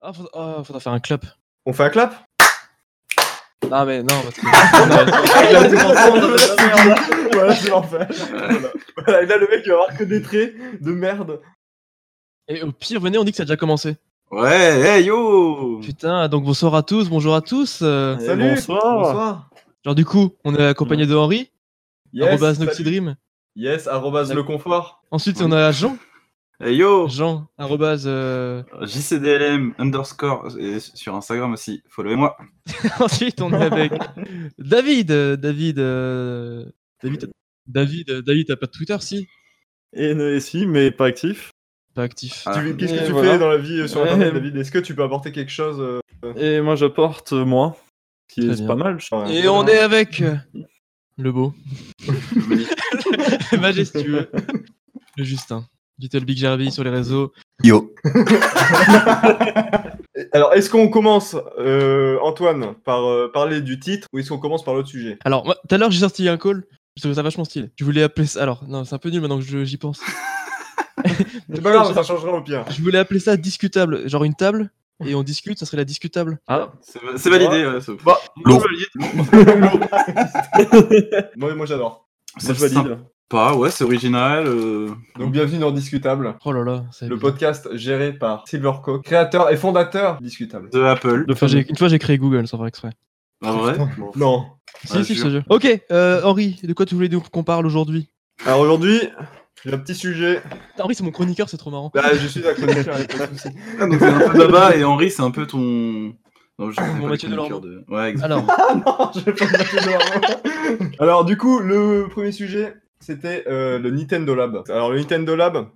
Ah, faudra, ah, faudra faire un clap. On fait un clap Non, mais non, parce que. Là, c'est l'ensemble. Voilà, c'est l'enfer. Voilà. Voilà, Et là, le mec, il va avoir que des traits de merde. Et au pire, venez, on dit que ça a déjà commencé. Ouais, hey yo Putain, donc bonsoir à tous, bonjour à tous. euh, Eh, Salut bonsoir. genre, du coup, on est accompagné de Henri, Yes, arrobas salut. Noxydream. Yes, arrobas le confort. Ensuite, on a Jean, Hey yo Jean, arrobas. euh, JCDLM underscore et sur Instagram aussi, followez-moi. Ensuite, on est avec David, euh, David, euh, David, t'as- David, euh, David, t'as pas de Twitter, si Et euh, NESI, mais pas actif. Pas actif. Ah. Tu- Qu'est-ce que Et tu voilà. fais dans la vie euh, sur Internet, Eh. David Est-ce que tu peux apporter quelque chose euh, Et moi, j'apporte euh, moi, qui Très est bien. pas mal. je bah, trouve. Et on est avec euh, le beau, le majestueux, le Justin, Little Big Jarvis sur les réseaux. Yo Alors, est-ce qu'on commence, euh, Antoine, par euh, parler du titre ou est-ce qu'on commence par l'autre sujet Alors, moi, tout à l'heure, j'ai sorti un call. Je trouvais ça vachement stylé. Je voulais appeler ça. Alors, non, c'est un peu nul maintenant que je- j'y pense. C'est pas grave, ça changera au pire. Je voulais appeler ça discutable. Genre une table et on discute, ça serait la discutable. C'est c'est validé. ouais, c'est- Bah, Lourd. moi, valide. Moi, moi j'adore. C'est Moi, je valide. sympa, ouais, c'est original. euh, Donc, bienvenue dans Discutable, Oh là là, c'est le bizarre. podcast géré par Silvercock, créateur et fondateur de Discutable. De Apple. De Enfin, j'ai- une fois, j'ai créé Google sans faire exprès. Pas vrai Non. Si, Ah, si, jure. je te jure. Ok, euh, Henri, de quoi tu voulais donc qu'on parle aujourd'hui Alors aujourd'hui, j'ai un petit sujet. Putain, Henri, c'est mon chroniqueur, c'est trop marrant. Bah, je suis à chroniqueur, y a pas de souci. Ah, donc c'est un peu Baba et Henri, c'est un peu ton. Non, je sais pas le Mathieu chroniqueur de- Ouais, exact. Alors, Non, je vais pas me battre dehors. Alors du coup, le premier sujet, c'était euh, le Nintendo Lab. Alors le Nintendo Lab,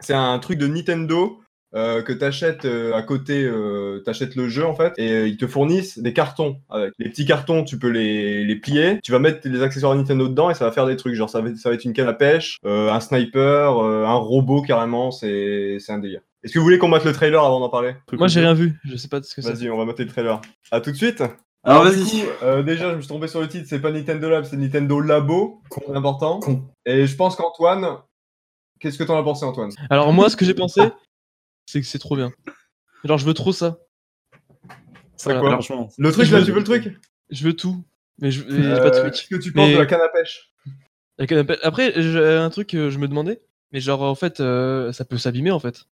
c'est un truc de Nintendo euh, que t'achètes euh, à côté, euh, t'achètes le jeu en fait, et euh, ils te fournissent des cartons. Avec. Les petits cartons, tu peux les, les plier, tu vas mettre les accessoires Nintendo dedans et ça va faire des trucs. Genre ça va, être- ça va être une canne à pêche, euh, un sniper, euh, un robot carrément, c'est c'est un délire. Est-ce que vous voulez qu'on mette le trailer avant d'en parler moi, j'ai rien vu. Je sais pas de ce que c'est. Vas-y, on va mater le trailer. À tout de suite. Alors, du vas-y. coup, euh, déjà, je me suis trompé sur le titre. C'est pas Nintendo Lab, c'est Nintendo Labo. C'est important. Con. Et je pense qu'Antoine. Qu'est-ce que t'en as pensé, Antoine Alors, moi, ce que j'ai pensé, c'est que c'est trop bien. Genre, je veux trop ça. Ça, Voilà. quoi, Alors, franchement. Le truc Je là, veux- tu veux le truc Je veux tout. Mais je mais j'ai Euh, pas de Switch. Qu'est-ce que tu penses Mais- de la canne à pêche La canne à pêche- Après, je- euh, un truc que je me demandais, mais genre, en fait, euh, ça peut s'abîmer, en fait.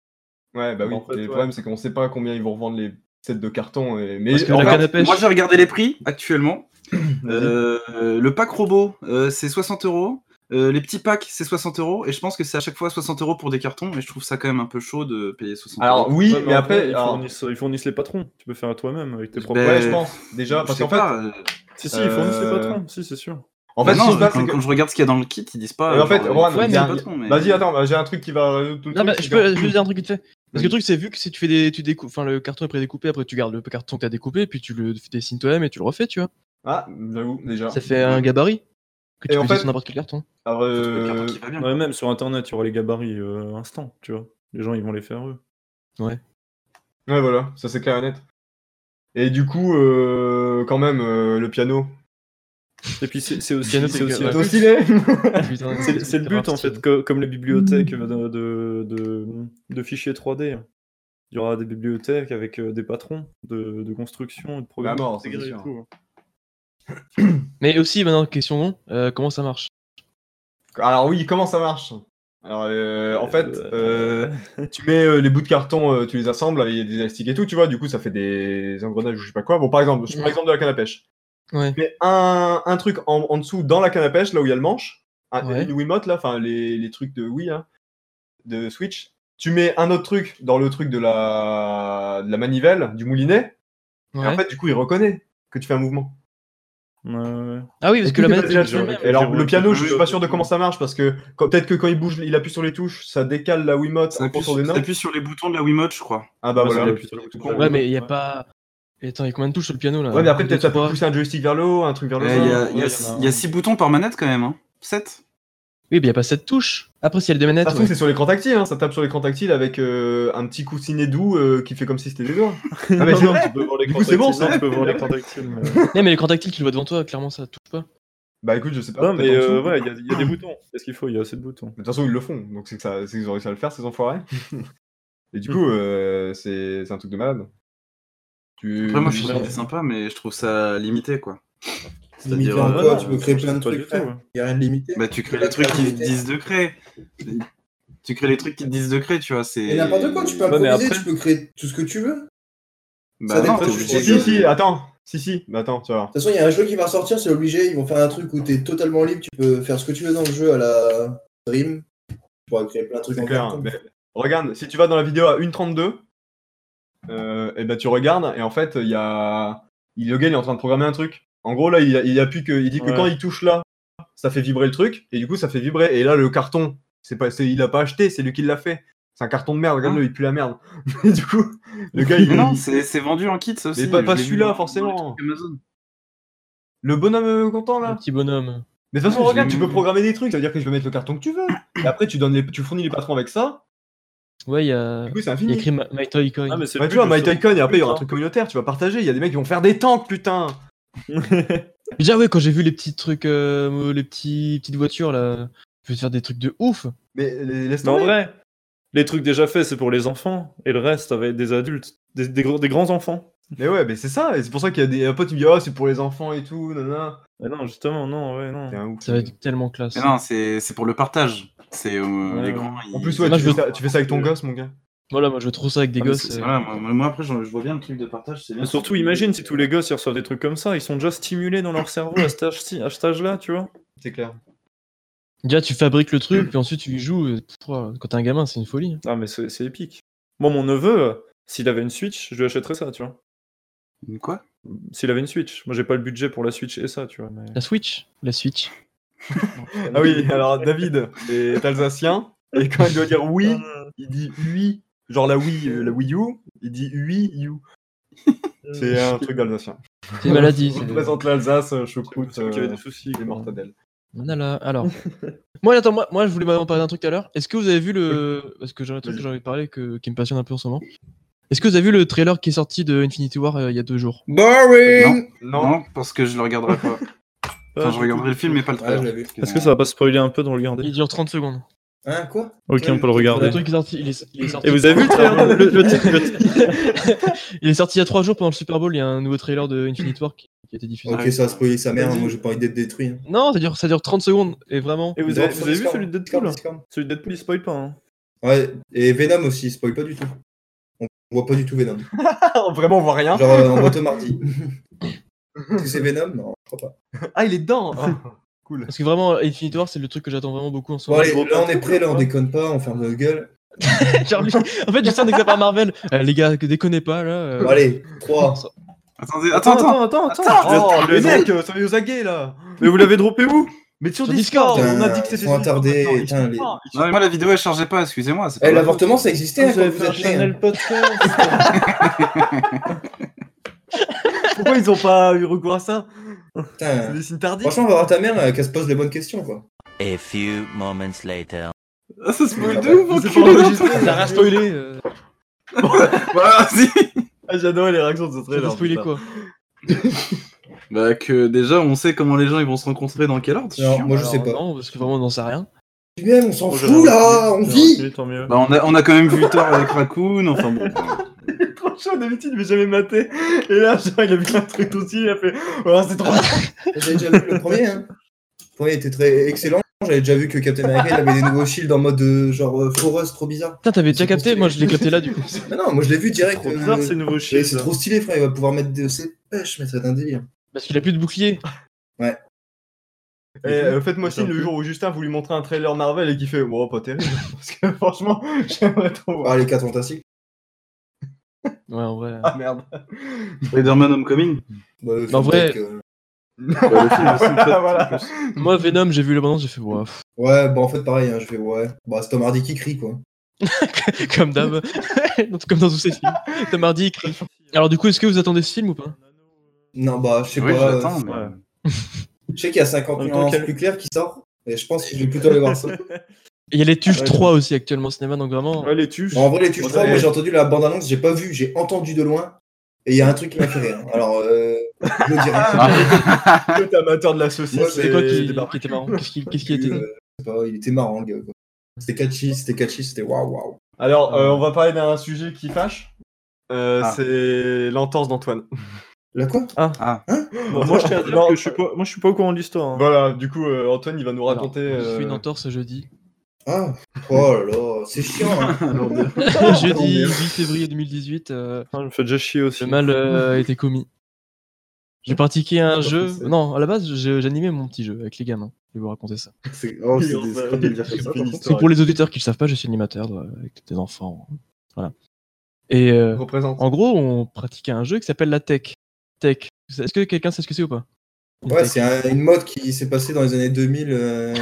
Ouais, bah oui. En fait, et le ouais. problème, c'est qu'on sait pas combien ils vont revendre les sets de carton. Et... Mais Parce que en la fait, canne à pêche, Moi, j'ai regardé les prix actuellement. Vas-y. Euh, le pack robot, euh, c'est 60 euros. Euh, les petits packs, c'est 60 euros. Et je pense que c'est à chaque fois 60 euros pour des cartons. Et je trouve ça quand même un peu chaud de payer 60 Alors euros. oui, Ouais, mais après, ils, alors, fournissent, ils fournissent les patrons. Tu peux faire toi-même avec tes propres. Ben, ouais, je euh, pense. Déjà, parce Je sais qu'en fait, pas, euh, Si, si, ils fournissent euh, les patrons. Si, c'est sûr. en bah fait, ce non, qui se passe, quand, c'est que- quand je regarde ce qu'il y a dans le kit, ils disent pas. Et en fait, genre, euh, Juan, ils font il y a- des patrons, mais- Vas-y, attends, bah, j'ai un truc qui va résoudre tout le Non, truc. mais c'est je que- peux, je peux dire un truc vite fait. Parce Vas-y. que le truc, c'est vu que si tu fais des, tu découpes, enfin le carton est prédécoupé, après tu gardes le carton que t'as découpé, puis tu le dessines toi-même et tu le refais, tu vois. Ah, j'avoue, déjà. Ça fait un gabarit que tu peux en fait- utiliser sur n'importe quel carton. Alors, Le euh, carton qui va bien. Ouais, même sur internet, il y aura les gabarits euh, instant, tu vois. Les gens, ils vont les faire eux. Ouais, voilà, ça c'est clair et net. Et du coup, euh, quand même, euh, le piano. Et puis, c'est c'est aussi. Piano, c'est c'est aussi- que- C'est ouais. au stylet Ah, Putain, C'est c'est le but en fait, co- comme les bibliothèques de, de, de- de fichiers 3D. Il y aura des bibliothèques avec euh, des patrons de, de construction et de programme. mort, ça, c'est intégrés et sûr. tout. hein. Mais aussi, maintenant, question euh, comment ça marche Alors oui, comment ça marche Alors, euh, en fait, Euh, euh, tu mets euh, les bouts de carton, euh, tu les assembles avec des élastiques et tout, tu vois, du coup, ça fait des engrenages ou je sais pas quoi. Bon, par exemple, je prends Ouais. l'exemple de la canne à pêche. Ouais. Tu mets un, un truc en, en dessous dans la canne à pêche, là où il y a le manche, un, Ouais. une Wiimote, là, enfin, les, les trucs de Wii, hein, de Switch. Tu mets un autre truc dans le truc de la, de la manivelle, du moulinet. Et en Ouais. fait, du coup, il reconnaît que tu fais un mouvement. Ouais, ouais. Ah oui, parce Et que tout la est manette basé est là-dessus. toujours la même. même. Et alors, le Oui, piano, je oui, suis pas sûr de comment ça marche parce que quand- peut-être que quand il bouge, il appuie sur les touches, ça décale la Wiimote Ça en appuie, fonction des ça notes. appuie sur les boutons de la Wiimote, je crois. Ah bah Ouais, voilà. c'est Ouais, le plus- le plus- Ouais, Ouais, mais il y a Ouais. pas. Et attends, il y a combien de touches sur le piano là mais après, Un, peut-être deux, ça peut trois. pousser un joystick vers le haut, un truc vers Eh, Il le y a- bas. il y ouais, a il y en a un. il y a 6 boutons par manette quand même. hein. 7 Oui, mais il y a pas 7 touches. Après, s'il y a des manettes. Ah, Ça se trouve, ouais. c'est sur l'écran tactile, hein. ça tape sur l'écran tactile avec euh, un petit coussinet doux euh, qui fait comme si c'était des doigts. Ah, mais Non, c'est non, vrai. tu peux voir les Du coup, c'est bon, contacts, ça. non, tu peux voir les contactiles, mais- euh, Non, mais l'écran tactile, tu le vois devant toi, clairement, ça touche pas. Bah écoute, je sais pas. Non, mais peut-être en euh, dessous. ouais, il y, a- il y a des boutons. Qu'est-ce qu'il faut Il y a assez de boutons. De toute façon, ils le font, donc c'est que ça- c'est qu'ils ont réussi à le faire, ces enfoirés. Et du coup, euh, c'est c'est un truc de malade. Tu... Après, moi, je trouve Merde. que c'est sympa, mais je trouve ça limité, quoi. Limité euh, en ouais, quoi non, Tu peux créer je plein de sais pas du trucs. tout, hein. ouais. Il n'y a rien de limité. Bah, tu crées les trucs qui te disent de créer. Tu crées les trucs qui te disent de créer, tu vois. Et C'est n'importe quoi, tu peux Ouais, mais improviser, après- tu peux créer tout ce que tu veux. De Bah, ça non, dépend t'es du obligé jeu. de- Ah, Si, si, attends. Si, si, bah, attends, tu vas voir. toute façon, il y a un jeu qui va ressortir, c'est obligé. Ils vont faire un truc où tu es totalement libre, tu peux faire ce que tu veux dans le jeu à la Dream. Tu pourras créer plein de trucs C'est en clair. carton. mais regarde, si tu vas dans la vidéo à 1.32, euh, et ben tu regardes, et en fait, il y a. il- Le gars, il est en train de programmer un truc. En gros, là, il, a- il appuie que. Il dit que Ouais. quand il touche là, ça fait vibrer le truc, et du coup, ça fait vibrer. Et là, le carton, c'est pas, c'est- il l'a pas acheté, c'est lui qui l'a fait. C'est un carton de merde, Ah. regarde-le, il pue la merde. Et du coup, le gars, il. Mais non, il- c'est c'est vendu en kit, ça aussi. pas- je pas l'ai vu celui-là, dans les forcément. trucs Amazon. Le bonhomme euh, content, Un là. petit bonhomme. Mais de Ah, toute façon, Ouais, je regarde, l'ai tu mis. peux programmer des trucs, ça veut dire que je peux mettre le carton que tu veux. Et après, tu, donnes les, tu fournis les patrons avec ça, Ouais, il y a, du coup, c'est il y a infini. écrit My, My Toy Coin. Ah, mais c'est Ouais, Bah, le tu vois, but, My justement. Tycoon, et après, il y aura un Putain. truc communautaire, tu vas partager. Il y a des mecs qui vont faire des tanks, putain. Déjà, ouais, quand j'ai vu les petits trucs, euh, les petits, petites voitures là, je vais faire des trucs de ouf. Mais les- laisse Mais en tomber. vrai, les trucs déjà faits, c'est pour les enfants, et le reste, ça va être des adultes, des, des gros- des grands enfants. Mais ouais, mais c'est ça. Et c'est pour ça qu'il y a des un pote qui me dit, oh, c'est pour les enfants et tout, nanana. Ah non, justement, non, ouais, non. T'es un ouf. Ça va être tellement classe. Mais non, c'est c'est pour le partage. C'est euh, Ouais, les ouais. grands. En ils- plus, ouais, Moi, tu, je fais veux- ça, tu fais ça avec ton gosse, mon gars. Voilà, moi je trouve ça avec des Ah, mais gosses. c'est- euh, voilà, moi, moi, après, j'en- je vois bien le truc de partage, c'est bien. Mais surtout, imagine si tous les gosses ils reçoivent des trucs comme ça, ils sont déjà stimulés dans leur cerveau à cet âge- à cet âge-là, tu vois. C'est clair. Déjà, tu fabriques le Mm. truc, puis ensuite tu y joues. euh, pff, Quand t'es un gamin, c'est une folie. hein. Ah, mais c'est c'est épique. Moi, mon neveu, euh, s'il avait une Switch, je lui achèterais ça, tu vois. Une Quoi S'il avait une Switch. Moi, j'ai pas le budget pour la Switch et ça, tu vois. mais- La Switch La Switch. Ah oui, alors David est alsacien, et quand il doit dire oui, il dit oui. Genre la Wii, euh, la Wii U, il dit oui, you. C'est un truc d'alsacien. C'est une maladie. Je c'est- représente l'Alsace, euh, Pour choucroute, ceux qui avaient des euh, soucis. des mortadelles. Voilà, alors. moi, attends, moi, moi je voulais en parler d'un truc tout à l'heure. Est-ce que vous avez vu le. Parce que j'ai un truc que j'en avais parlé que... qui me passionne un peu en ce moment. Est-ce que vous avez vu le trailer qui est sorti de Infinity War euh, il y a deux jours Boring non. Non, Ah, parce que je le regarderai pas. Ah, Enfin, je regarderai le film, mais pas le Ouais, je trailer. l'ai vu. Est-ce que ça va pas spoiler un peu dans le regarder Il dure 30 secondes. Hein, quoi Ok, on peut Le le regarder. truc qui est sorti, il est, il est sorti. Et vous avez vu le trailer le, le- le- Il est sorti il y a trois jours pendant le Super Bowl. Il y a un nouveau trailer de Infinity War qui, qui a été diffusé. Ok, ça a spoilé sa mère, hein. moi j'ai pas envie d'être détruit. hein. Non, ça dure, ça dure 30 secondes. Et vraiment. Et vous avez, vous avez vu Discord, celui de Discord, Deadpool hein Discord. Celui de Deadpool, il spoil pas. hein. Ouais, et Venom aussi, il spoil pas du tout. On voit pas du tout Venom. vraiment, on voit Ah. rien. Genre, euh, on voit Tom Hardy. Est-ce que c'est Venom Non, je crois pas. Ah, il est dedans. Ah, Cool. Parce que vraiment, Infinity War, c'est le truc que j'attends vraiment beaucoup en ce Bon, moment. allez, là on est prêt, là hein. on déconne pas, on ferme notre gueule. Charlie, en fait, je sens dès que ça part Marvel. Euh, les gars, que déconnez pas là. euh, Bon, allez, 3. Attendez, Ah, attends, attends. attends, attends. Oh, Le- les le- mecs, euh, ça nous a gué, là. Mais vous l'avez droppé où Mais sur Sur Discord, Discord, Putain, on a dit que ils c'était sont attardés, Discord. Ils putain, sont les- pas, ils sont Non, mais moi, la vidéo, elle chargeait pas, excusez-moi. c'est Eh, pas- l'avortement ça existait hein, Vous quand avez vous fait un êtes né. hein. Channel podcast. Pourquoi ils ont pas eu recours à ça C'est Putain. des signes tardifs Franchement, on va voir ta mère euh, qu'elle se pose les bonnes questions quoi. A few moments later. Ah, ça spoil de bah, ouf, enculé, non Ça a spoilé. euh, Voilà, si. Ah, J'adore les réactions de ce ça a trailer. spoilé putain. quoi Bah, que déjà, on sait comment les gens ils vont se rencontrer dans quel ordre. c'est Alors, chiant. moi je sais Alors, pas. Non, parce que vraiment, on n'en sait rien. Tu m'aimes, on s'en Oh, fout j'ai rien là, on retenu. J'ai vit retenu, Tant mieux. Bah, on a, on a quand même vu Thor avec Raccoon, enfin bon. Trop chaud, d'habitude, mais jamais maté. Et là, genre, il a vu un truc aussi, il a fait. Oh, c'est trop. J'avais déjà vu le premier. Hein. Le premier était très excellent. J'avais déjà vu que Captain America il avait des nouveaux shields en mode euh, genre euh, forest trop bizarre. Putain, t'avais déjà C'est capté construit. Moi, je l'ai capté là du coup. Mais non, moi je l'ai vu direct. Trop euh, bizarre ces nouveaux et chiens. c'est trop stylé frère, il va pouvoir mettre de ses pêches, mais ça va être un délire. Parce qu'il a plus de bouclier. Et euh, faites-moi C'est un signe le peu- jour où Justin vous lui montrer un trailer Marvel et qu'il fait. Wow, pas terrible. Parce que franchement, j'aimerais trop voir. Ah les 4 fantastiques. Ouais, en vrai. Ah merde. Spider-Man Homecoming. Bah, le Bah, en film, vrai- peut-être que- Bah, le film, Ah, aussi, Voilà, peut-être, voilà. en plus. Moi, Venom, j'ai vu l'abondance, j'ai fait, ouais, pff, Ouais, bah en fait pareil, hein, je vais ouais. Bah c'est Tom Hardy qui crie quoi. comme d'hab. comme dans tous ces films. T'as mardi, il crie. Alors, du coup, est-ce que vous attendez ce film ou pas Non bah je sais Oui, pas. euh, j'attends, mais. ouais. Je sais qu'il y a 50 En même 000 temps ans qu'elle- plus clair qui sort. Et je pense que je vais plutôt aller voir ça. Et Il y a les Tuches Ouais. 3 aussi actuellement au cinéma, donc vraiment. Ouais, les tuches. Bon, en vrai, les tuches Ouais. 3, moi j'ai entendu la bande-annonce, j'ai pas vu, j'ai entendu de loin. Et il y a un truc qui m'a fait rire. Alors, euh, je le dirai. T'es amateur de la saucisse. Moi, C'était et quoi qui, des barbecues. qui était marrant Qu'est-ce qui, qu'est-ce qui était Euh, je sais pas, il était marrant, le gars. quoi. C'était catchy, c'était catchy, c'était waouh, waouh. Alors, euh, on va parler d'un sujet qui fâche. euh, Ah. c'est l'entorse d'Antoine. La quoi Bon, moi, je tiens à dire Non. que je suis pas, moi, je suis pas au courant de l'histoire. hein. Voilà, du coup, euh, Antoine, il va nous raconter. Alors, Je suis une euh, entorse jeudi. Ah Oh là là, c'est chiant. hein. Oh, jeudi 8 février 2018, euh, Putain, il me fait déjà chier aussi. le mal euh, a été commis. J'ai pratiqué un jeu. Non, à la base, je- j'animais mon petit jeu avec les gamins. Je vais vous raconter ça. C'est- oh, c'est Il en des- va- c'est pas bien de dire comme ça, c'est par une contre. Parce que histoire. pour les auditeurs qui ne le savent pas, je suis animateur euh, avec des enfants. Voilà. Et euh, Représente. en gros, on pratiquait un jeu qui s'appelle la tech. Tech. Est-ce que quelqu'un sait ce que c'est ou pas Une Ouais, tech. c'est un- une mode qui s'est passée dans les années 2000 euh,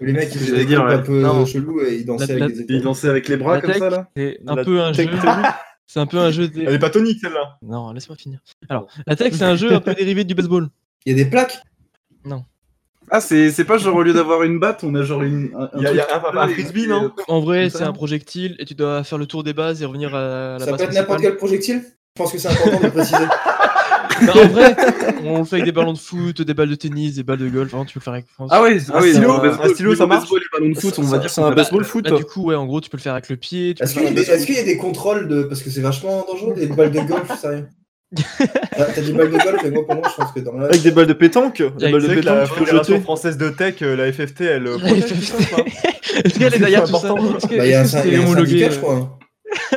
où les mecs ils faisaient des J'allais dire, trucs ouais. un peu Non. chelous et ils dansaient La- avec des Il dansait avec les bras La comme tech, ça là C'est un La peu un jeu. tech, t'as vu C'est un peu un jeu. dé- Elle est pas tonique celle-là. Non, laisse-moi finir. Alors, la tech, c'est un jeu un peu dérivé du baseball. Il y a des plaques Ah, c'est c'est pas genre au lieu d'avoir une batte, on a genre une. un- un Il y a, il y a un, truc- euh, un frisbee, non En vrai, Ça, c'est non un projectile et tu dois faire le tour des bases et revenir à la Ça base peut être n'importe principale. quel projectile Je pense que c'est important de le préciser. Non, Bah, en vrai, on le fait avec des ballons de foot, des balles de tennis, des balles de golf. Hein, tu peux le faire avec France. Ah oui, ah oui, stylo, niveau baseball- un stylo, niveau ça marche baseball et ballon de foot, hein. on va dire C'est un qu'on fait- baseball foot, Là, toi. bah, du coup, ouais, en gros, tu peux le faire avec le pied. tu peux Est-ce le qu'il y, a faire des- avec- est-ce qu'il y a des contrôles de. Parce que c'est vachement dangereux, des balles de golf, sérieux. Ah, T'as des balles de golf, mais moi pour moi je pense que dans la. Avec des balles de pétanque. Avec Des balles Tu de sais que la pétanque, tu peux Fédération jeter. française de tech, euh, la FFT, elle euh, La protège tout ça, FFT. ou pas Est-ce qu'elle est derrière tout ça Est-ce que- Bah, il y a un, est-ce que syn- il c'est y a un homologué syndicat, euh, je crois. hein.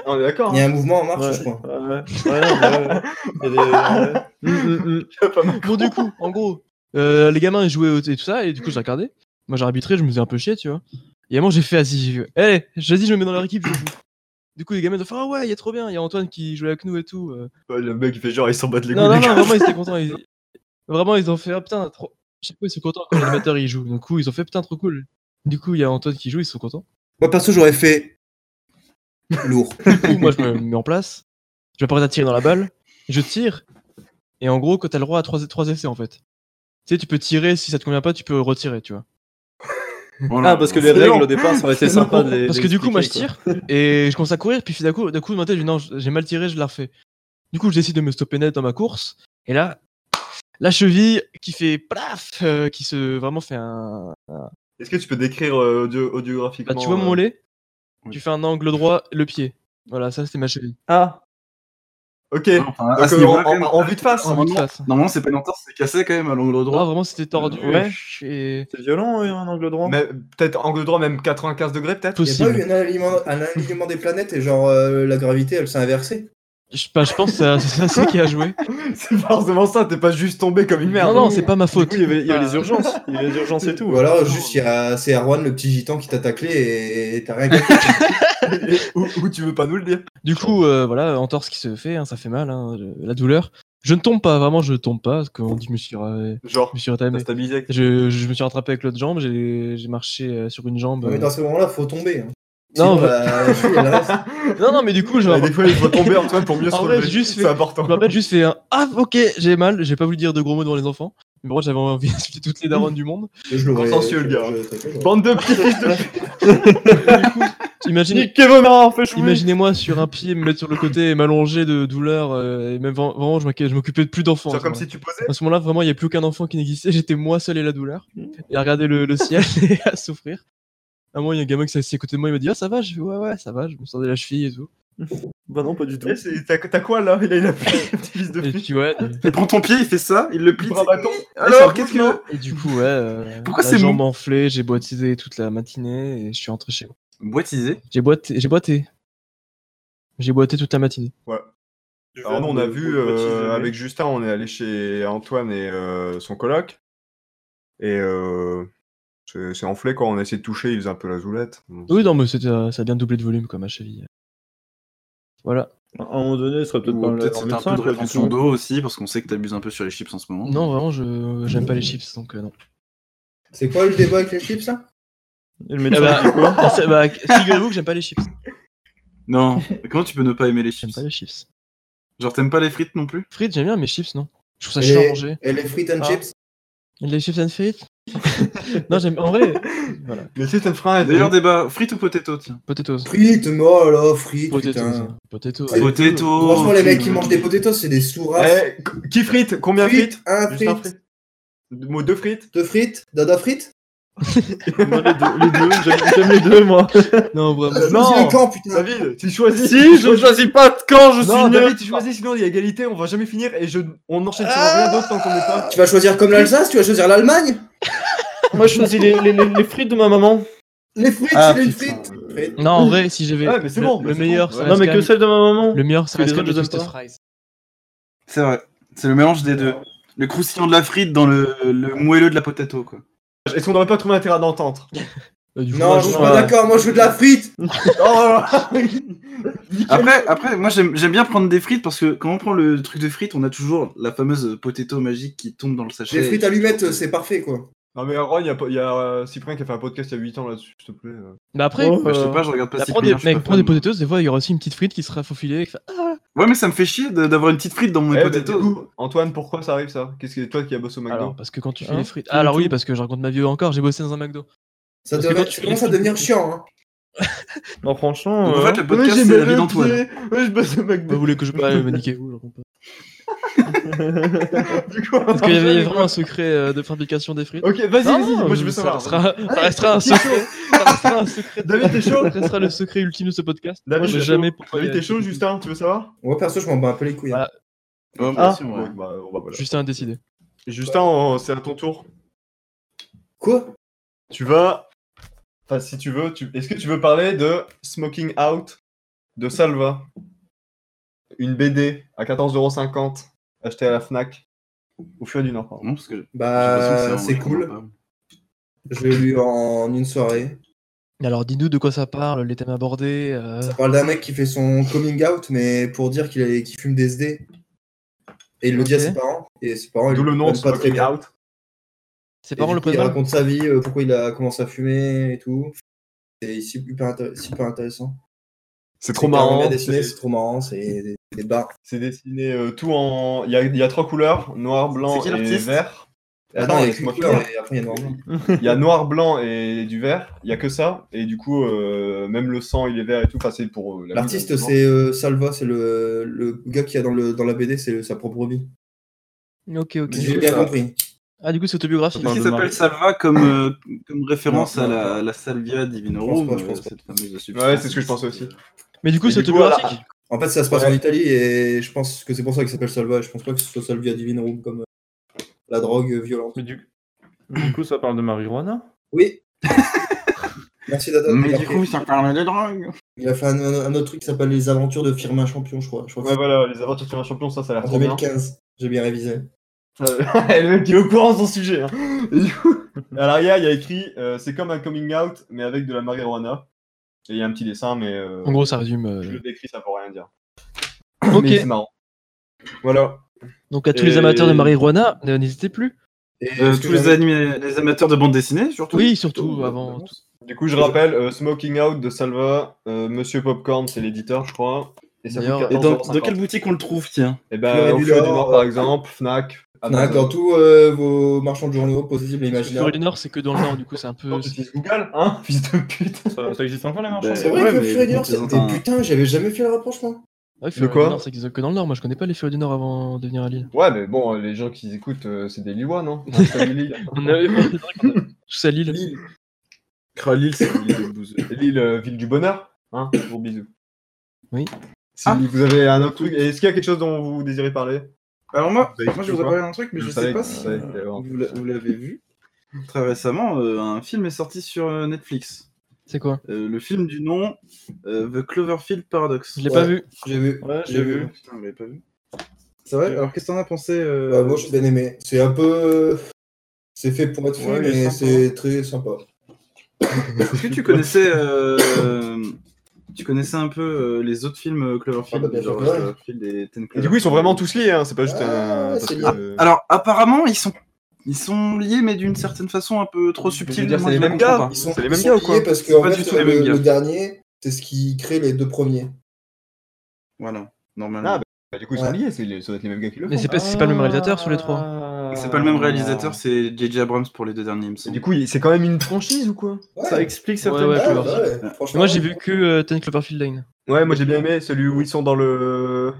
On est d'accord. Il y a un mouvement en marche, Ouais. je crois. Ouais, ouais, ouais, ouais. Il y a des- Hum, hum, hum. Bon, du coup, en gros, euh, les gamins ils jouaient au- et tout ça, et du coup, je les regardais. Moi, j'ai arbitré, je me faisais un peu chier, tu vois. Et à un moment, j'ai fait, vas-y, je- eh, vas-y, je me mets dans leur équipe, je joue. Du coup, les gamins ils ont fait, ah ouais, il y a trop bien, il y a Antoine qui jouait avec nous et tout. euh. Ouais, Le mec, il fait genre, ils s'en battent les couilles. Non, non, les non, gars. vraiment, ils étaient contents. ils- Vraiment, ils ont fait, ah putain, trop. Je sais pas, ils sont contents quand l'animateur il joue. Du coup, ils ont fait, putain, trop cool. Du coup, il y a Antoine qui joue, ils sont contents. Moi perso j'aurais fait. Lourd. Du coup, moi, je me mets en place. Je m'apprête à tirer dans la balle. Je tire. Et en gros, quand t'as le droit à 3, essais, en fait. Tu sais, tu peux tirer, si ça te convient pas, tu peux retirer, tu vois. Voilà. Ah, parce que les C'est règles long. au départ, ça aurait été sympa de les. Parce les que du coup, moi, je expliquer, tire. Et je commence à courir. Puis d'un coup, d'un coup, je m'intais, je dis, non, j'ai mal tiré, je la refais. Du coup, je décide de me stopper net dans ma course. Et là, la cheville qui fait plaf, euh, qui se vraiment fait un, Est-ce que tu peux décrire euh, audio- audiographiquement Bah, tu vois mon euh, mollet oui. Tu fais un angle droit, le pied. Voilà, ça c'était ma cheville. quoi. Ok. Enfin, à Donc, ce euh, niveau-là, quand en- même, en en vue de face. Ah, En non. vue de face. Normalement, c'est pas une entorse, c'est cassé quand même à l'angle Ah, droit. vraiment, c'était tordu. Euh, ouais. Et... C'est violent, ouais, un angle droit. Mais peut-être angle droit, même 95 degrés, peut-être. Il y a pas Possible. eu un alignement, un alignement des planètes et genre euh, la gravité elle s'est inversée Je, bah, je pense que ça- c'est ça qui a joué. C'est forcément ça, t'es pas juste tombé comme une merde. non, non, c'est pas ma Du faute. coup, il y avait il y avait les Ah. urgences. Il y avait les urgences et tout. Ou ouais. alors juste il y a c'est Erwan le petit gitan qui t'a taclé et et t'as rien compris. ou, ou tu veux pas nous le dire. Du coup, euh, voilà, entorse qui se fait, hein, ça fait mal, hein, je- la douleur. Je ne tombe pas, vraiment, je ne tombe pas, parce qu'on dit que je me suis, ra- Genre, je me suis t'as rétamé. stabilisé. avec- Je, je me suis rattrapé avec l'autre jambe, j'ai j'ai marché euh, sur une jambe. mais euh. dans ce moment-là faut tomber. hein. Non, Sinon, bah- la- la cheville, elle reste. Non, non, mais du coup, genre, Et des fois, il faut tomber Antoine pour mieux se En vrai, relever. j'ai juste C'est fait- important. je m'appelle juste fait un Ah, ok, j'ai mal, j'ai pas voulu dire de gros mots devant les enfants. Mais bon, j'avais envie d'expliquer toutes les darons du monde. Je l'aurais. Consciencieux, le gars. je- je- je- Bande de petits fils de Imaginez, Niquez vos marins, fais jouer. Imaginez-moi sur un pied me mettre sur le côté et m'allonger de douleur euh, et même vra- vraiment je m'occu- je m'occupais de plus d'enfants. Genre à ce comme moment-là. si tu posais. À ce moment-là, vraiment, il n'y a plus aucun enfant qui n'existait. J'étais moi seul et la douleur. Hmm. Et à regarder le, le ciel et à souffrir. À un moment, il y a un gamin qui s'est assis à côté de moi. Il m'a dit Ah, ça va Je fais Ouais, ouais, ça va. Je me sens de la cheville et tout. Bah non, pas du tout. Eh, c'est- T'as t'as quoi là Il a il a plus le petit fils de Et pute. puis, ouais. Il prend ton pied, il fait ça, il le plie. Bras bâton. c'est- Eh, ça Alors, qu'est-ce bouge, là que. Et du coup, ouais. euh, Pourquoi la c'est jambe enflée, j'ai boitisé toute la matinée et je suis rentré chez moi. Boitisé. J'ai boité. J'ai boité. J'ai boité toute la matinée. Alors, nous, on a vu euh, avec Justin, on est allé chez Antoine et euh, son coloc. Et euh, c'est c'est enflé quoi. On a essayé de toucher, il faisait un peu la zoulette. Oui, non, mais c'était, euh, ça a bien doublé de volume, comme ma cheville. Voilà. À un moment donné, il serait peut-être Ou pas Peut-être c'était un peu de rétention d'eau aussi, parce qu'on sait que t'abuses un peu sur les chips en ce moment. Non, vraiment, je j'aime pas les chips, donc euh, non. C'est quoi le débat avec les chips là Et le médecin Ah bah- dit quoi Ah, ça- bah, figurez-vous que j'aime pas les chips. Non. Comment tu peux ne pas aimer les J'aime chips pas les chips. Genre, t'aimes pas les frites non plus Frites, j'aime bien, mais chips, non. Je trouve ça Et- chiant à manger. Et les frites and Ah. chips Les chips and frites Non, j'aime. En vrai, voilà. Mais c'est un frein. D'ailleurs, débat, frites ou potato, tiens Potatoes. Frites, mais oh là, frites, Potatoes. putain. Potatoes. Ouais. Potato Franchement, les tu- mecs qui mangent des potatoes, c'est des sourds-races. Eh, qu- qui frites Combien de frites, frites un Juste un frite, frite. Deux- Deux frites deux frites, dada frites Moi, les deux, les deux, j'aime j'aime les deux, moi. Non, vraiment. Euh, Non. choisis le camp, putain. David, tu choisis. Si, je ne choisis pas de camp, je non, suis David, nul. tu choisis, sinon il y a égalité, on va jamais finir et je... on enchaîne sur rien d'autre tant qu'on n'est pas. Tu vas choisir comme l'Alsace, tu vas choisir l'Allemagne Moi, je choisis les, les, les, les frites de ma maman. Les frites, Ah, les putain. frites. Non, en vrai, si j'avais. Ouais, mais c'est le- bon, mais Le c'est meilleur, bon. ça Ouais. Non, reste mais quand que même- celle de ma maman. Le meilleur, ça que reste les quand même autres, les je les aime toasted fries. C'est vrai. C'est le mélange des deux. Le croustillant de la frite dans le, le moelleux de la potato, quoi. Est-ce qu'on n'aurait pas trouvé un terrain d'entente Euh, du Non, fromage, je suis non. pas ouais. d'accord, moi je veux de la frite Oh Après, après moi, j'aime j'aime bien prendre des frites parce que quand on prend le truc de frites, on a toujours la fameuse potato magique qui tombe dans le sachet. Les frites allumettes, euh, c'est parfait quoi. Non mais Ron, il y a, pas- il y a euh, Cyprien qui a fait un podcast il y a 8 ans là-dessus, s'il te plaît. euh. Mais après, Oh, Bah, je sais pas, je regarde pas bah, si prends des, mec, prends des potatoes, des fois, il y aura aussi une petite frite qui sera faufilée. qui fait, ah, Ouais, mais ça me fait chier de- d'avoir une petite frite dans mon Eh, bah, potato. du coup, Antoine, pourquoi ça arrive ça Qu'est-ce que toi qui as bossé au McDo Alors, parce que quand tu fais Hein, les frites. tout, Ah, alors oui, tout. parce que je raconte ma vie encore, j'ai bossé dans un McDo. Ça, Parce que devrait- quand tu ça commence fais- à devenir chiant. Hein. Non, franchement. Donc, en euh, fait, le podcast, c'est la vie d'Antoine. Ouais, je bosse au Vous McDo. voulez que je parle, me niquez-vous, je raconte pas. Du coup, on Parce qu'il y avait enchaîne. vraiment un secret euh, de fabrication des frites. Ah, Ok, vas-y, Non, vas-y, moi je veux ça savoir. restera- Ça restera un Qui est chaud secret. Ça restera un secret. David, t'es chaud Ça restera le secret ultime de ce podcast. Moi, David, je t'es sais chaud jamais pourquoi. David, t'es chaud, Justin, tu veux savoir Moi perso, je m'en bats un peu les couilles. hein. Voilà. Ouais, moi Ah. aussi, Bon, ouais. bah, on va- voilà. Justin a décidé. Justin, on- c'est à ton tour. Quoi Tu vas. Enfin, si tu veux, tu... est-ce que tu veux parler de Smoking Out de Salva Une BD à 14,50€ achetée à la Fnac au Furet du Nord. pardon. Non, parce que j'ai l'impression Bah, que c'est un- cool. Je l'ai lu en une soirée. Alors, dis-nous de quoi ça parle, les thèmes abordés. euh, Ça parle d'un mec qui fait son coming out, mais pour dire qu'il est- qu'il fume des SD. Et il le dit à Ok. ses parents. Et ses parents, ils D'où le nom comprennent de pas très Smoking bien. Out. Ses Et parents du le coup, Il présentent. raconte sa vie, euh, pourquoi il a commencé à fumer et tout. C'est super, intér- super intéressant. C'est C'est carrément bien dessiné, C'est trop marrant, c'est des, des barres. C'est dessiné euh, tout en. Il y, a- il y a trois couleurs noir, blanc C'est qui et l'artiste vert. Ah Attends, non, il y a laisse qu'une moi couleur, finir. et après il y a normal. Il y a noir, blanc et du vert. Il y a que ça. Et du coup, euh, même le sang, il est vert et tout. Enfin, c'est pour. euh, la L'artiste, musique, c'est euh, Salva, c'est le, le gars qui a dans, le, dans la BD, c'est sa propre vie. Ok, ok. Si j'ai bien ça. compris. Ah, du coup, c'est autobiographique. Est-ce qu'il de s'appelle Marie. Salva comme, euh, comme référence Non, à non. la, la Salvia Je pense divinorum pas, je pense euh, pas. cette fameuse substance Ouais, c'est ce que je pensais aussi. Mais du coup, Mais c'est du coup, voilà. autobiographique. En fait, ça se passe en Ouais. Italie et je pense que c'est pour ça qu'il s'appelle Salva. et Je pense pas que ce soit Salvia Divinorum comme euh, la drogue euh, violente. Mais du... du coup, ça parle de marijuana. Oui. Merci Dada. Mais Il a du fait- coup, ça parle de drogue. il a fait un, un autre truc qui s'appelle Les Aventures de Firmin Champion, je crois. Je crois que Ouais, voilà, les aventures sur un champion, ça, ça a l'air c'est trop en bien. 2015. J'ai bien révisé. Et le mec il est au courant de son sujet. hein. Et du coup, à l'arrière, il y a écrit euh, c'est comme un coming out, mais avec de la marijuana. Et il y a un petit dessin, mais euh, En gros, ça résume. je le euh, décris, ça veut rien dire. Ok. Mais euh, c'est marrant. Voilà. Donc, à tous les amateurs de marijuana, euh, n'hésitez plus. Et Euh, ce que tous les, j'avais- anima- les amateurs de bande dessinée, surtout. Oui, surtout, euh, avant. tout. Du coup, je rappelle euh, Smoking Out de Salva, euh, Monsieur Popcorn, c'est l'éditeur, je crois. Et ça coûte D'ailleurs, Et dans, 14,50. dans quelle boutique on le trouve, tiens Eh ben, Fleuret au du Fleuret du Nord, Nord, euh, par exemple, Fnac. Ah, bah, Fnac, Ah, Amazon. dans Ah, tous euh, vos marchands de journaux possibles et Floride imaginables. du Nord, c'est que dans le Nord, du coup, c'est un peu. Non, tu utilises Google, hein, fils de pute. Ça, ça existe encore, les marchands C'est Ouais, vrai que mais Fury bon, c'était c'est un- putain, j'avais jamais fait le rapprochement. Ouais, Floride quoi Ah, du Nord, c'est qu'ils sont que dans le Nord. Moi, je connais pas les Florides du Nord avant de venir à Lille. Ouais, mais bon, les gens qui écoutent, euh, c'est des Lillois, non Enfin, c'est des Lilles. On avait c'est vrai qu'on a- tous à Lille. Lille. Cra, Lille, c'est une ville de bouseux. Lille, euh, ville du bonheur. Hein Gros bisous. Oui. Si vous avez un autre truc, est-ce qu'il y a quelque chose dont vous désirez parler Alors moi, Vous avez moi je vu voudrais ou pas parler d'un truc, mais Bah, je, savais sais pas que- si je savais qu'il allait y avoir un vous l'a- vous l'avez vu. Très récemment, euh, un film est sorti sur euh, Netflix. C'est quoi Euh, le film du nom euh, The Cloverfield Paradox. Je l'ai Ouais. pas vu. J'ai vu. Ouais, J'ai j'ai vu. Putain, vous l'avez pas vu C'est vrai Alors qu'est-ce que t'en as pensé euh, Euh, moi, j'ai bien aimé. C'est un peu. C'est fait pour être fumé, Ouais, il est mais sympa. c'est très sympa. Est-ce que tu connaissais, euh, tu connaissais un peu euh, les autres films euh, Cloverfield, Ah bah, bien genre sûr que ouais. Cloverfield et Ten Et du coup, ils sont vraiment tous liés, hein, c'est pas juste Ah, un. ouais, parce c'est que- euh, lié. Alors apparemment, ils sont, ils sont liés, mais d'une certaine façon un peu trop subtile. dire, moi, c'est je les la mêmes comprends gars. pas. Ils sont, C'est les mêmes ils sont gars ou quoi liés parce que C'est en pas du fait, tout les le, mêmes gars. le dernier, c'est ce qui crée les deux premiers. Voilà, normalement. Ah, Bah, du coup, ils sont Ouais. liés, c'est les- ça doit être les mêmes gars qui le Mais font. c'est pas, c'est pas le même réalisateur sur les trois. Ah. bah, C'est pas le même euh, réalisateur, c'est JJ Abrams pour les deux derniers, il me Et semble. du coup, il- c'est quand même une franchise ou quoi Ouais, Ça explique Ouais, certaines ouais, ouais, Cloverfield. choses. bah ouais, Mais franchement, Moi, j'ai ouais. vu que euh, Ten Cloverfield Lane. Ouais, moi j'ai bien aimé celui où ils sont dans le.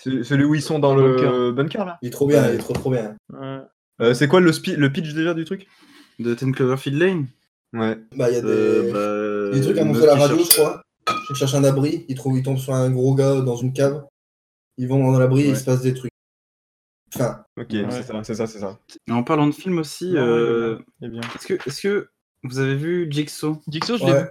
ce- Celui où ils sont dans le bunker, là. Il est trop bien, il est trop trop bien. Ouais. Euh, c'est quoi le, spi- le pitch déjà du truc de Ten Cloverfield Lane. Ouais. Bah, il y a des, Euh, bah, des trucs une annoncés meuf à la qui radio, cherche- je crois. Ils cherchent un abri, ils, trouvent, ils tombent sur un gros gars dans une cave. Ils vont dans l'abri et il Ouais. se passe des trucs. Enfin, Ok, Ouais. c'est ça, c'est ça, c'est ça. Et en parlant de film aussi, Non, euh, il est eh bien. est-ce que, est que vous avez vu Jigsaw Dixo, je l'ai ouais. vu.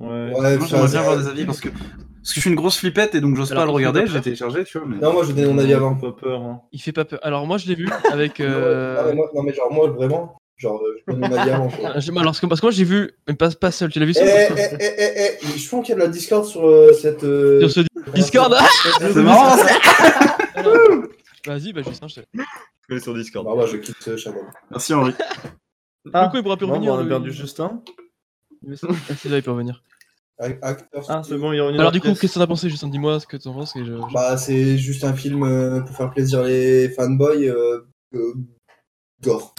Ouais. ouais, Moi, enfin, j'aimerais bien avoir des euh, avis parce que, parce que je suis une grosse flippette et donc j'ose Alors, pas le il fait regarder. pas Je peur. l'ai téléchargé, tu vois. mais- Non, moi, je vais donner mon avis avant. Pas peur. hein. Il fait pas peur. Alors moi je l'ai vu avec. euh, Non, mais moi- non, mais genre, moi, vraiment, genre, euh, je donne mon avis avant. quoi. Ah, j'ai- Alors, parce que parce que moi j'ai vu, mais pas, pas seul, tu l'as vu Eh, seul eh, parce que- eh, eh, eh, eh, je pense qu'il y a de la Discord sur euh, cette. euh, Sur ce Discord Ah C'est marrant ça Vas-y, bah Justin, je sais. Que sur Discord. Bon, bah, je quitte euh, Shabab. Merci Henri. Ah, du coup, il pourra plus Non, bah, revenir. euh, on a le- perdu Justin. le- Ah, si, là, il peut revenir. Ac- acteur, Ah, c'est bon, il est revenu. dans Alors, la du coup, pièce. qu'est-ce que t'en as pensé, Justin Dis-moi ce que t'en penses. Et je... Bah, c'est juste un film euh, pour faire plaisir les fanboys. euh, euh, gore.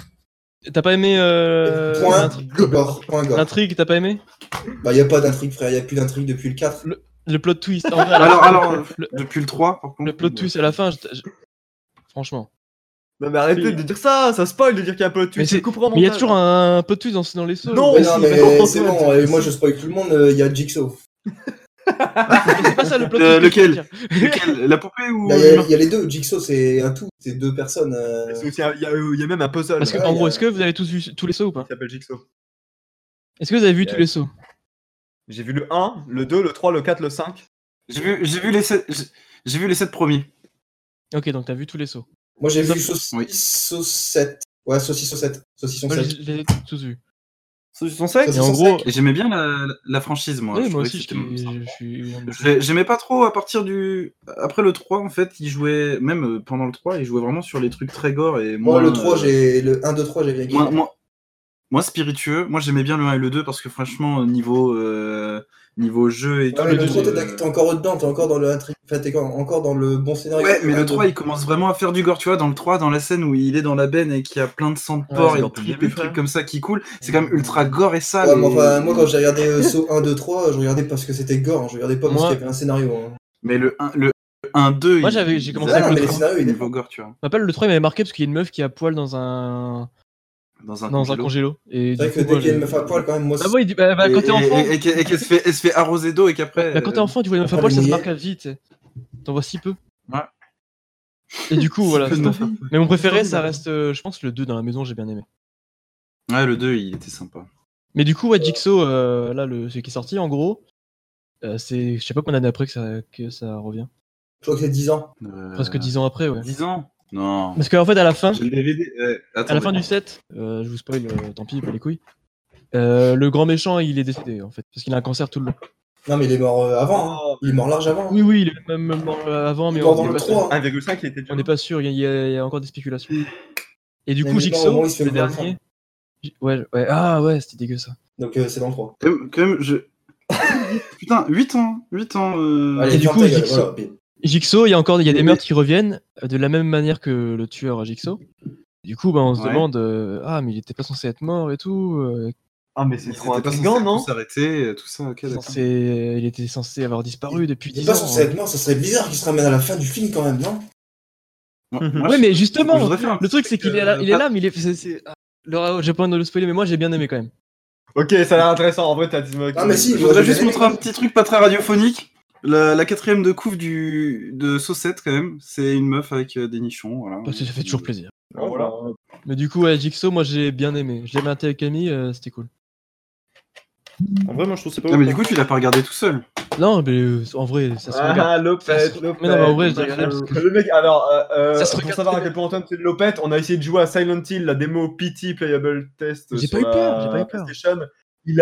T'as pas aimé euh, point l'intri- gore. Point gore. l'intrigue T'as pas aimé Bah, y a pas d'intrigue, frère. Y a plus d'intrigue depuis le 4. Le plot twist. en vrai, Alors, alors, euh, le, depuis le 3, par contre. le plot twist à la fin, je- je- franchement. Non, mais arrêtez de dire ça, ça spoil de dire qu'il y a un plot euh, Mais twist. c'est- tu couperas en Mais il y a montage. toujours un plot twist dans, dans les sauts. Non, Mais mais non, si, mais mais non, c'est mais bon. c'est- et moi, je spoil tout le monde. euh, y a Jigsaw. c'est pas ça le plot Euh, twist. hein. que je veux dire. Lequel La poupée ou. Là, Bah, y, a- y a les deux. Jigsaw, c'est un tout. C'est deux personnes. euh, C'est aussi un- Il y, a- il y a même un puzzle Parce que, qui Ouais, en y gros, a- est-ce que vous avez tous vu tous les sauts ou pas s'appelle Jigsaw. Est-ce que vous avez vu Euh, y a- tous les sauts J'ai vu le 1, le 2, le 3, le 4, le 5. J'ai vu, j'ai vu les 7 j'ai vu les sept premiers. Ok, donc t'as vu tous les sauts. Moi, j'ai vu Oui. Saucisson 7. Ouais, Saucisson 7. Saucisson Moi, 7. je je les ai tous vus. C'est son sec Et Ça, en c'est gros, sec. Et j'aimais bien la, la franchise, moi. ouais, Je moi trouvais aussi, que c'était- je je suis. J'ai- J'aimais pas trop à partir du. Après le 3, en fait, il jouait. Même euh, pendant le 3, il jouait vraiment sur les trucs très gore et Moi, moins, le 3, euh, j'ai. Le 1, 2, 3, j'ai bien moins, kiffé. moins- moins spiritueux. Moi, j'aimais bien le 1 et le 2 parce que, franchement, au niveau, euh, niveau jeu et tout. Ouais, mais le euh, 3, t'es t'es encore dedans, t'es encore dans le intrigue, enfin, t'es encore- encore dans le bon scénario. Ouais, mais Ah, le bon. 3, il commence vraiment à faire du gore. Tu vois, dans le 3, dans la scène où il est dans la benne et qu'il y a plein de sang de Ouais, porc c'est et de gore depuis le tripes et de début, trucs ouais. Mm. comme ça qui coulent, c'est quand même ultra gore et sale. Ouais, mais enfin, et- moi quand j'ai regardé euh, Saw 1, 2, 3, je regardais parce que c'était gore, hein, je regardais pas parce Moi- qu'il y avait un scénario. hein. Mais le 1, le 1 2, Moi, il- j'avais- j'ai il- commencé il- avec le il- trois. scénario, il est- niveau gore, tu vois. Je m'appelle le 3 il m'avait marqué parce qu'il y a une meuf qui a poil dans un Dans un dans un congélo. congélo. Et du C'est vrai que coup, dès moi, qu'il y a je- une meuf à poil, quand même, moi, Bah, moi, il dit, bah, bah, Et- quand t'es et- enfant, Et, et qu'elle et qu'elle se fait, elle se fait arroser d'eau et qu'après. bah, quand t'es euh, enfant, tu vois une meuf à après, poil, les ça se mouillés. marque à vie, tu sais. T'en vois si peu. Ouais. Et du coup, voilà. peu c'est de bon. meufs. Mais mon préféré, ça reste, euh, je pense, le 2 dans la maison, j'ai bien aimé. Ouais, le 2, il était sympa. Mais du coup, ouais, Jigsaw, euh, là, le, celui qui est sorti, en gros, euh, c'est, je sais pas combien d'années après que ça, que ça revient. je crois que c'est 10 ans. Presque 10 ans après, ouais. 10 Euh, ans Non. Parce qu'en fait, à la fin, J'ai le DVD. euh, à la attendez. fin du set, euh, je vous spoil, euh, tant pis, pas les couilles. euh, le grand méchant, il est décédé en fait, parce qu'il a un cancer tout le long. Non, mais il est mort euh, avant, hein. il est mort large avant. Oui, oui, il est même même mort euh, avant, il mais est mort on dans n'est le pas, sûr. 3. hein. 1,5 il était déjà. On n'est pas sûr, il y, a- il y a encore des spéculations. Et du Mais coup, il est mort au Jigsaw, moment où il se fait le voir ça. dernier. J- Ouais, ouais, ah ouais, c'était dégueu ça. Donc euh, c'est dans le 3. Quand même, quand même, je. Putain, 8 ans 8 ans. euh, Allez, du ferme coup, ta il gueule, dit que voilà, bim. Jigsaw, il y a encore il y a des Mais- meurtres qui reviennent euh, de la même manière que le tueur à Jigsaw. Du coup, ben, on se Ouais. demande euh, ah mais il était pas censé être mort et tout. euh, Ah, mais c'est il trop était pas censé intriguant, non tous arrêter, euh, tout ça, ok, d'accord. censé- il était censé avoir disparu depuis Il est 10 pas ans. hein. censé être mort, ça serait bizarre qu'il se ramène à la fin du film quand même, non Moi- moi, Ouais, je- mais je justement, voudrais faire un le petit truc c'est qu'il est là, euh, il est là, mais il est. c'est- c'est- ah, Laura, j'ai pas envie de le spoiler, mais moi j'ai bien aimé quand même. Ok, ça a l'air intéressant. En vrai, t'as dit. Ah, mais si, Je voudrais Moi, juste j'ai montrer un petit truc euh, pas très radiophonique. La, la quatrième de couve du, de Saucette, quand même, c'est une meuf avec euh, des nichons. Voilà. Parce que ça fait toujours plaisir. Ah, voilà. Mais du coup, ouais, Jigsaw, moi j'ai bien aimé. Je l'ai maté avec Camille, euh, c'était cool. En vrai, moi je trouve que c'est pas. Ah, mais ouf, hein. du coup, tu l'as pas regardé tout seul. Non, mais euh, en vrai, ça se regarde. Ah, Lopette, Lopette. Mais non, mais en vrai, je l'ai regardé parce que- Le mec, alors, euh, euh, Ça se pour regarde savoir à très quel point Antoine c'est de Lopette, on a essayé de jouer à Silent Hill, la démo PT Playable Test. J'ai sur pas eu la peur, j'ai pas eu peur. PlayStation. Il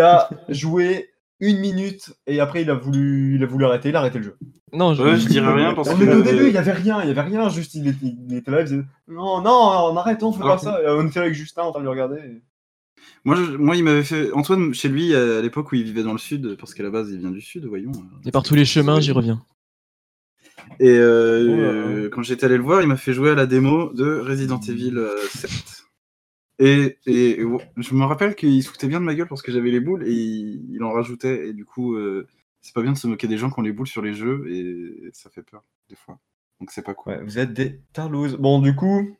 a joué une minute et après, il a voulu, il a voulu arrêter. Il a arrêté le jeu. Non, je, Ouais, je dirais rien parce Non, que. euh, mais au début, il y avait rien, il y avait rien. Juste, il était, il était là, il faisait Non, non, on arrête, on fait pas Alors- ça. Et on était là avec Justin en train de le regarder. et- Moi, je- moi, il m'avait fait. Antoine, chez lui, euh, à l'époque où il vivait dans le sud, parce qu'à la base, il vient du sud, voyons. Et par tous les chemins, j'y reviens. Et euh, Oh là là. euh, quand j'étais allé le voir, il m'a fait jouer à la démo de Resident Evil euh, 7. Et, et- et je me rappelle qu'il se foutait bien de ma gueule parce que j'avais les boules et il, il en rajoutait. Et du coup, euh, c'est pas bien de se moquer des gens qui ont les boules sur les jeux et ça fait peur, des fois. Donc c'est pas cool. Ouais, vous êtes des tarlouses. Bon, du coup,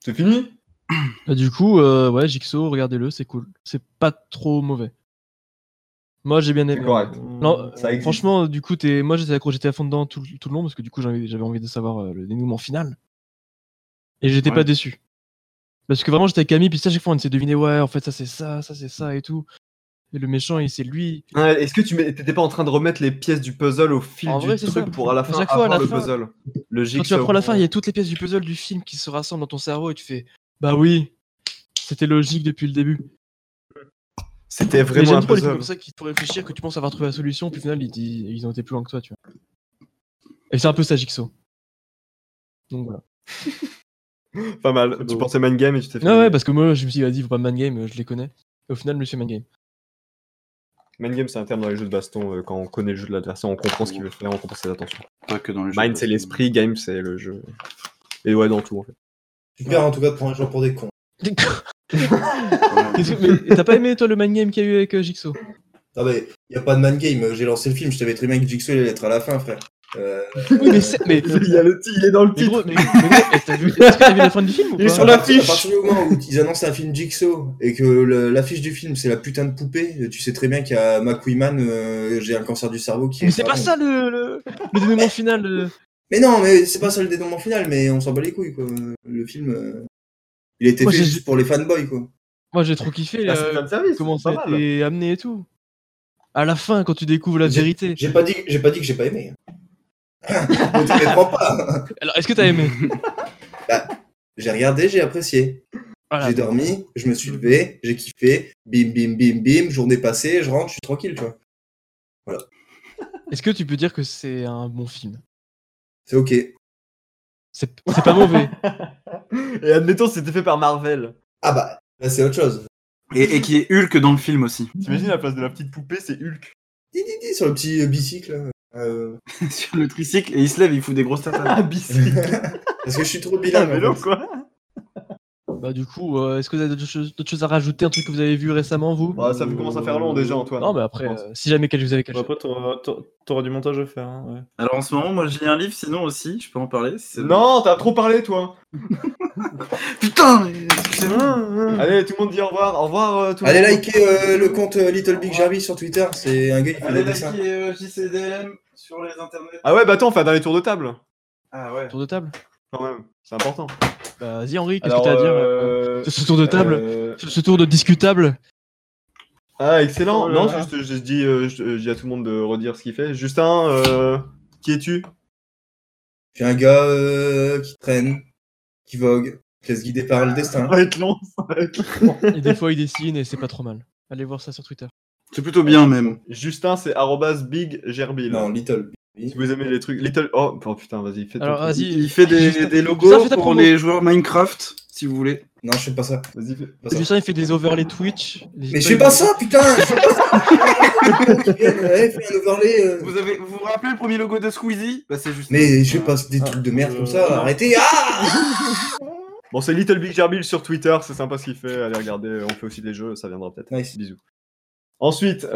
c'est fini Bah, du coup, euh, ouais, Jigsaw, regardez-le, c'est cool. C'est pas trop mauvais. Moi, j'ai bien C'est aimé. correct. Non, euh, Ça existe. Franchement, du coup, t'es... moi j'étais accro, j'étais à fond dedans tout, le- tout le long parce que du coup j'avais j'avais envie de savoir euh, le dénouement final. Et j'étais Ouais. pas déçu. Parce que vraiment j'étais avec Camille, puis ça, à chaque fois on s'est deviné, ouais, en fait ça c'est ça, ça c'est ça et tout. Et le méchant, il c'est lui. Ouais, Est-ce que tu mets- t'étais pas en train de remettre les pièces du puzzle au fil En du vrai, c'est truc ça. pour à la À fin chaque fois, à avoir la le fin, puzzle Le Quand tu jigsaw. apprends la fin, il y a toutes les pièces du puzzle du film qui se rassemblent dans ton cerveau et tu fais, bah oui, c'était logique depuis le début. C'était Mais vraiment j'aime un trop les trucs puzzle. comme ça qui te font réfléchir, que tu penses avoir trouvé la solution, puis au final ils, ils- ils ont été plus loin que toi, tu vois. Et c'est un peu ça, Jigsaw. Donc voilà. Pas mal. C'est Tu beau. pensais Man Game et tu t'es fait. Ah ouais, parce que moi, je me suis dit, vas-y, faut pas me man game, euh, je les connais. Et au final, je me suis man game. Man Game, c'est un terme dans les jeux de baston. euh, Quand on connaît le jeu de l'adversaire, on comprend ce qu'il veut faire, on comprend ses attentions. Pas que dans euh, les jeux. Mind, c'est l'esprit, game, c'est le jeu. Et ouais, dans tout en fait. Super, en tout cas, de prendre les gens pour des cons. Ouais. Qu'est-ce que- Mais t'as pas aimé, toi, le man game qu'il y a eu avec euh, Jigsaw Ah bah, y a pas de man game, euh, j'ai lancé le film, je t'avais très bien que Jigsaw allait être à la fin, frère. Euh, Oui, mais c'est. Mais, Il, y a le il est dans le mais gros, mais, mais gros, eh, t'as vu... est-ce que t'as vu la fin du film ou à pas partir- À partir du moment où ils annoncent un film Jigsaw et que le- l'affiche du film c'est la putain de poupée, tu sais très bien qu'il y a McQueeman, euh, j'ai un cancer du cerveau qui. Mais c'est pas bon. ça le, le, le dénouement final. euh. Mais non, mais c'est pas ça le dénouement final, mais on s'en bat les couilles quoi. Le film, euh, il était Moi, fait j'ai- juste pour les fanboys quoi. Moi, j'ai trop kiffé Ah, c'est euh, fan service, comment c'est ça pas a mal. été amené et tout. À la fin, quand tu découvres la J'ai- vérité. J'ai pas dit, j'ai pas dit que j'ai pas aimé. hein. Ne te méprends pas. Alors, est-ce que t'as aimé J'ai regardé, j'ai apprécié. Voilà. euh, J'ai dormi, je me suis levé, j'ai kiffé. Bim, bim, bim, bim. Journée passée, je rentre, je suis tranquille, tu vois. Est-ce que tu peux dire que c'est un bon film C'est ok. C'est c'est pas mauvais. Et admettons, c'était fait par Marvel. Ah bah, là c'est autre chose. Et, et qui est Hulk dans le film aussi. T'imagines la place de la petite poupée, c'est Hulk. Dis, dis, dis, sur le petit euh, bicycle. là. Euh, Sur le tricycle, et il se lève, il fout des grosses tatanes. Ah, bicycle. parce que je suis trop Un bilingue. vélo, en fait. quoi. Bah, du coup, euh, est-ce que vous avez d'autres choses, d'autres choses à rajouter Un truc que vous avez vu récemment, vous Bah, ça commence à faire long déjà, Antoine. Non, mais après, euh, si jamais quel- vous avez quelque Bah, Après, t'auras t'a- t'auras du montage à faire. hein, ouais. Alors en ce moment, moi j'ai un livre, sinon aussi, je peux en parler. si c'est- Non, t'as trop parlé, toi. Putain mais excusez-moi. Allez, tout le monde dit au revoir. Au revoir, euh, tout le Allez monde. liker euh, le compte euh, Little Big Jarvis sur Twitter, c'est un gars qui fait Allez des dessins. liker euh, JCDM sur les internets. Ah ouais, bah attends, on fait un dernier tour de table. Ah ouais. tour de table Quand même, c'est important. Bah, vas-y, Henri, qu'est-ce Alors, que t'as à dire euh, euh, sur ce tour de table euh, sur ce tour de discutable Ah, excellent. Oh là non, là. juste, je dis, euh, je, je dis à tout le monde de redire ce qu'il fait. Justin, euh, qui es-tu Je suis un gars euh, qui traîne, qui vogue, qui laisse guider par le destin. va être long, ça va être Et des fois, il dessine et c'est pas trop mal. Allez voir ça sur Twitter. C'est plutôt bien même. Justin, c'est arrobas big gerbil. Non, Little. Si vous aimez les trucs. Little. Oh, oh, putain, vas-y, fais ton Alors, truc. vas-y. Il, il fait des, Juste- des logos Ça, fais ta pour promo. les joueurs Minecraft, si vous voulez. Non, je fais pas ça. Vas-y, fais- Pas ça. Justin, il fait des overlays Twitch. Mais je fais pas ça, putain Je fais pas ça Ouais, fais un overlay. euh. Vous avez, vous, vous rappelez le premier logo de Squeezie Bah c'est juste. Mais je fais pas des trucs de merde comme euh, ça, non. arrêtez Ah Bon, c'est Little Big Gerbil sur Twitter, c'est sympa ce qu'il fait. Allez regarder, on fait aussi des jeux, ça viendra peut-être. Nice. Bisous. Ensuite,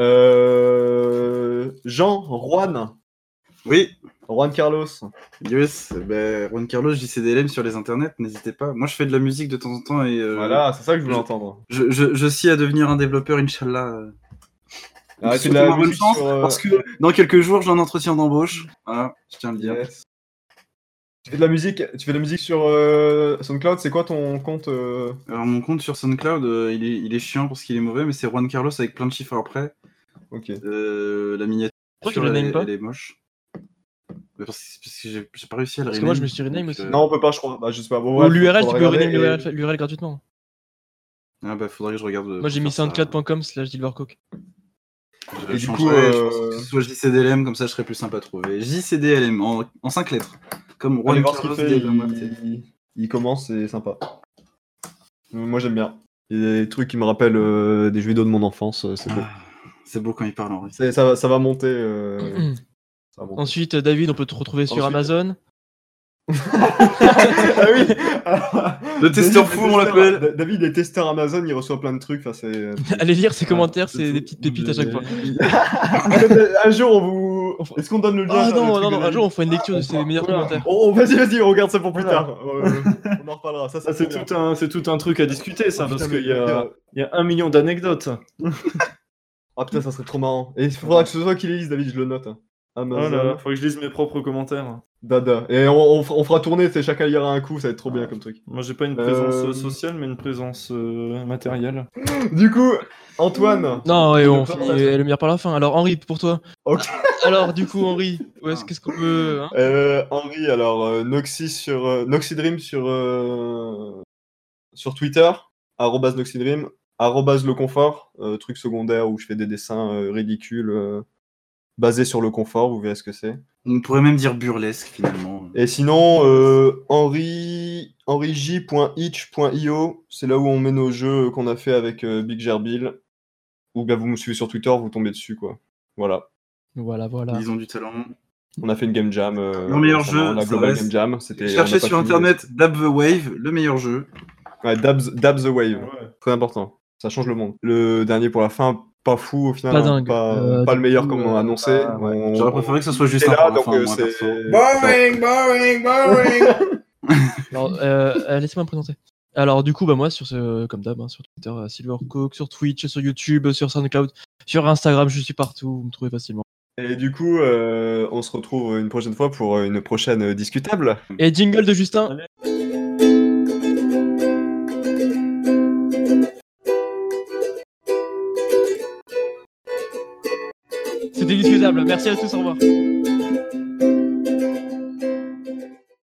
euh, Jean, Juan, Oui. Juan Carlos. Euh, Yes. Ben Juan Carlos JCDM sur les internets, n'hésitez pas. Moi je fais de la musique de temps en temps et euh, Voilà, c'est ça que je voulais entendre. Je, je, je scie à devenir un développeur, Inch'Allah. Ah, c'est de Souhaitez-moi la bonne musique chance, sur, euh, parce que dans quelques jours, j'ai un entretien d'embauche. Voilà, je tiens à le dire. Yes. Tu fais de la musique, tu fais de la musique sur euh, SoundCloud, c'est quoi ton compte euh Alors, mon compte sur SoundCloud, euh, il, est, il est chiant parce qu'il est mauvais, mais c'est Juan Carlos avec plein de chiffres après. Ok. Euh, la miniature, Pourquoi tu le elle, names pas elle est moche. Mais Parce, parce que j'ai j'ai pas réussi à la Parce que moi, je me rename, suis rename donc, aussi. euh, Non, on peut pas, je crois. Bah, je sais pas. Bon, Ou bref, l'URL, tu faudra peux regarder rename et- l'URL l'URL gratuitement. Ah bah, faudrait que je regarde. euh, Moi, j'ai pour mis faire ça. soundcloud.com slash dilvercock. Je Et du changerai, coup, je pense euh, que ce soit JCDLM, comme ça, je serais plus simple à trouver. JCDLM en, en 5 lettres. Comme Allez Juan voir ce qu'il Carlos fait. DLM, ouais, c'est- Il, il commence, c'est sympa. Euh, Moi j'aime bien. Il y a des trucs qui me rappellent euh, des jeux vidéo de mon enfance, euh, c'est beau. Ah, C'est beau quand il parle en russe. C'est- Ça, va- ça va monter. euh, ça va monter. Ensuite, euh, David, on peut te retrouver sur Ensuite- Amazon. ah oui Le testeur David, fou, le on testeur- l'appelle. Da- David est testeur Amazon, il reçoit plein de trucs. Enfin, c'est... euh, Allez lire ses commentaires, Ah, C'est c'est des tout. petites pépites à chaque fois. un jour, on vous, jour, on fera- Est-ce qu'on donne le lien Ah vers le non, truc non, de non, la un nuit jour on fera une lecture de Ah, ses meilleurs voilà. commentaires. Oh, vas-y, vas-y, on regarde ça pour plus Voilà. tard. Euh, on en reparlera. Ça, Ah, Ça, c'est trop bien. tout un, c'est tout un truc à discuter, ça, Oh, parce putain, mais qu'il y a, putain. il y a un million d'anecdotes. Ah putain, ça serait trop marrant. Et il faudra que ce soit qu'il les lise, David, je le note. hein. Oh Amazon, là là, faudrait que je lise mes propres commentaires. Dada. Et on, on f- on fera tourner, c'est chacun lira un coup, ça va être trop Ah. bien comme truc. Moi, j'ai pas une Euh, présence euh, sociale, mais une présence euh, matérielle. Du coup, Antoine, Non, et Le on plan, finit ça, et le meilleur par la fin. Alors, Henri, pour toi. Ok. Alors, du coup, Henri, où est-ce- qu'est-ce qu'on peut. hein euh, Henri, alors euh, Noxy sur euh, Noxydream sur euh, sur Twitter, arrobase Noxydream, arrobase le confort, euh, truc secondaire où je fais des dessins euh, ridicules euh, basés sur le confort, vous verrez ce que c'est. On pourrait même dire burlesque finalement. Et sinon, euh, Henri, henrij.itch.io, c'est là où on met nos jeux qu'on a fait avec euh, Big Gerbil. Ou bien vous me suivez sur Twitter, vous tombez dessus, quoi. Voilà. Voilà, voilà. Ils ont du talent. On a fait une game jam. euh, Le meilleur récemment, jeu, La ça Global reste- Game Jam. C'était, on Cherchez a pas sur fini. internet Dab the Wave, le meilleur jeu. Ouais, dab, the- dab the Wave. Ouais. Très important. Ça change le monde. Le dernier pour la fin, pas fou au final. Pas hein, dingue. Pas, Euh, pas le meilleur coup, comme euh, on a annoncé. bah, ouais. On- J'aurais préféré que ce soit juste C'est un là, pour la donc fin, euh, moi, c'est. perso. Boring, boring, boring. Alors, euh, euh, laissez-moi me présenter. Alors, du coup, bah, moi, sur ce, comme d'hab, hein, sur Twitter, euh, Silvercook, sur Twitch, sur YouTube, sur SoundCloud, sur Instagram, je suis partout, vous me trouvez facilement. Et du coup, euh, on se retrouve une prochaine fois pour une prochaine euh, discutable. Et jingle de Justin. C'était discutable. Merci à tous, au revoir.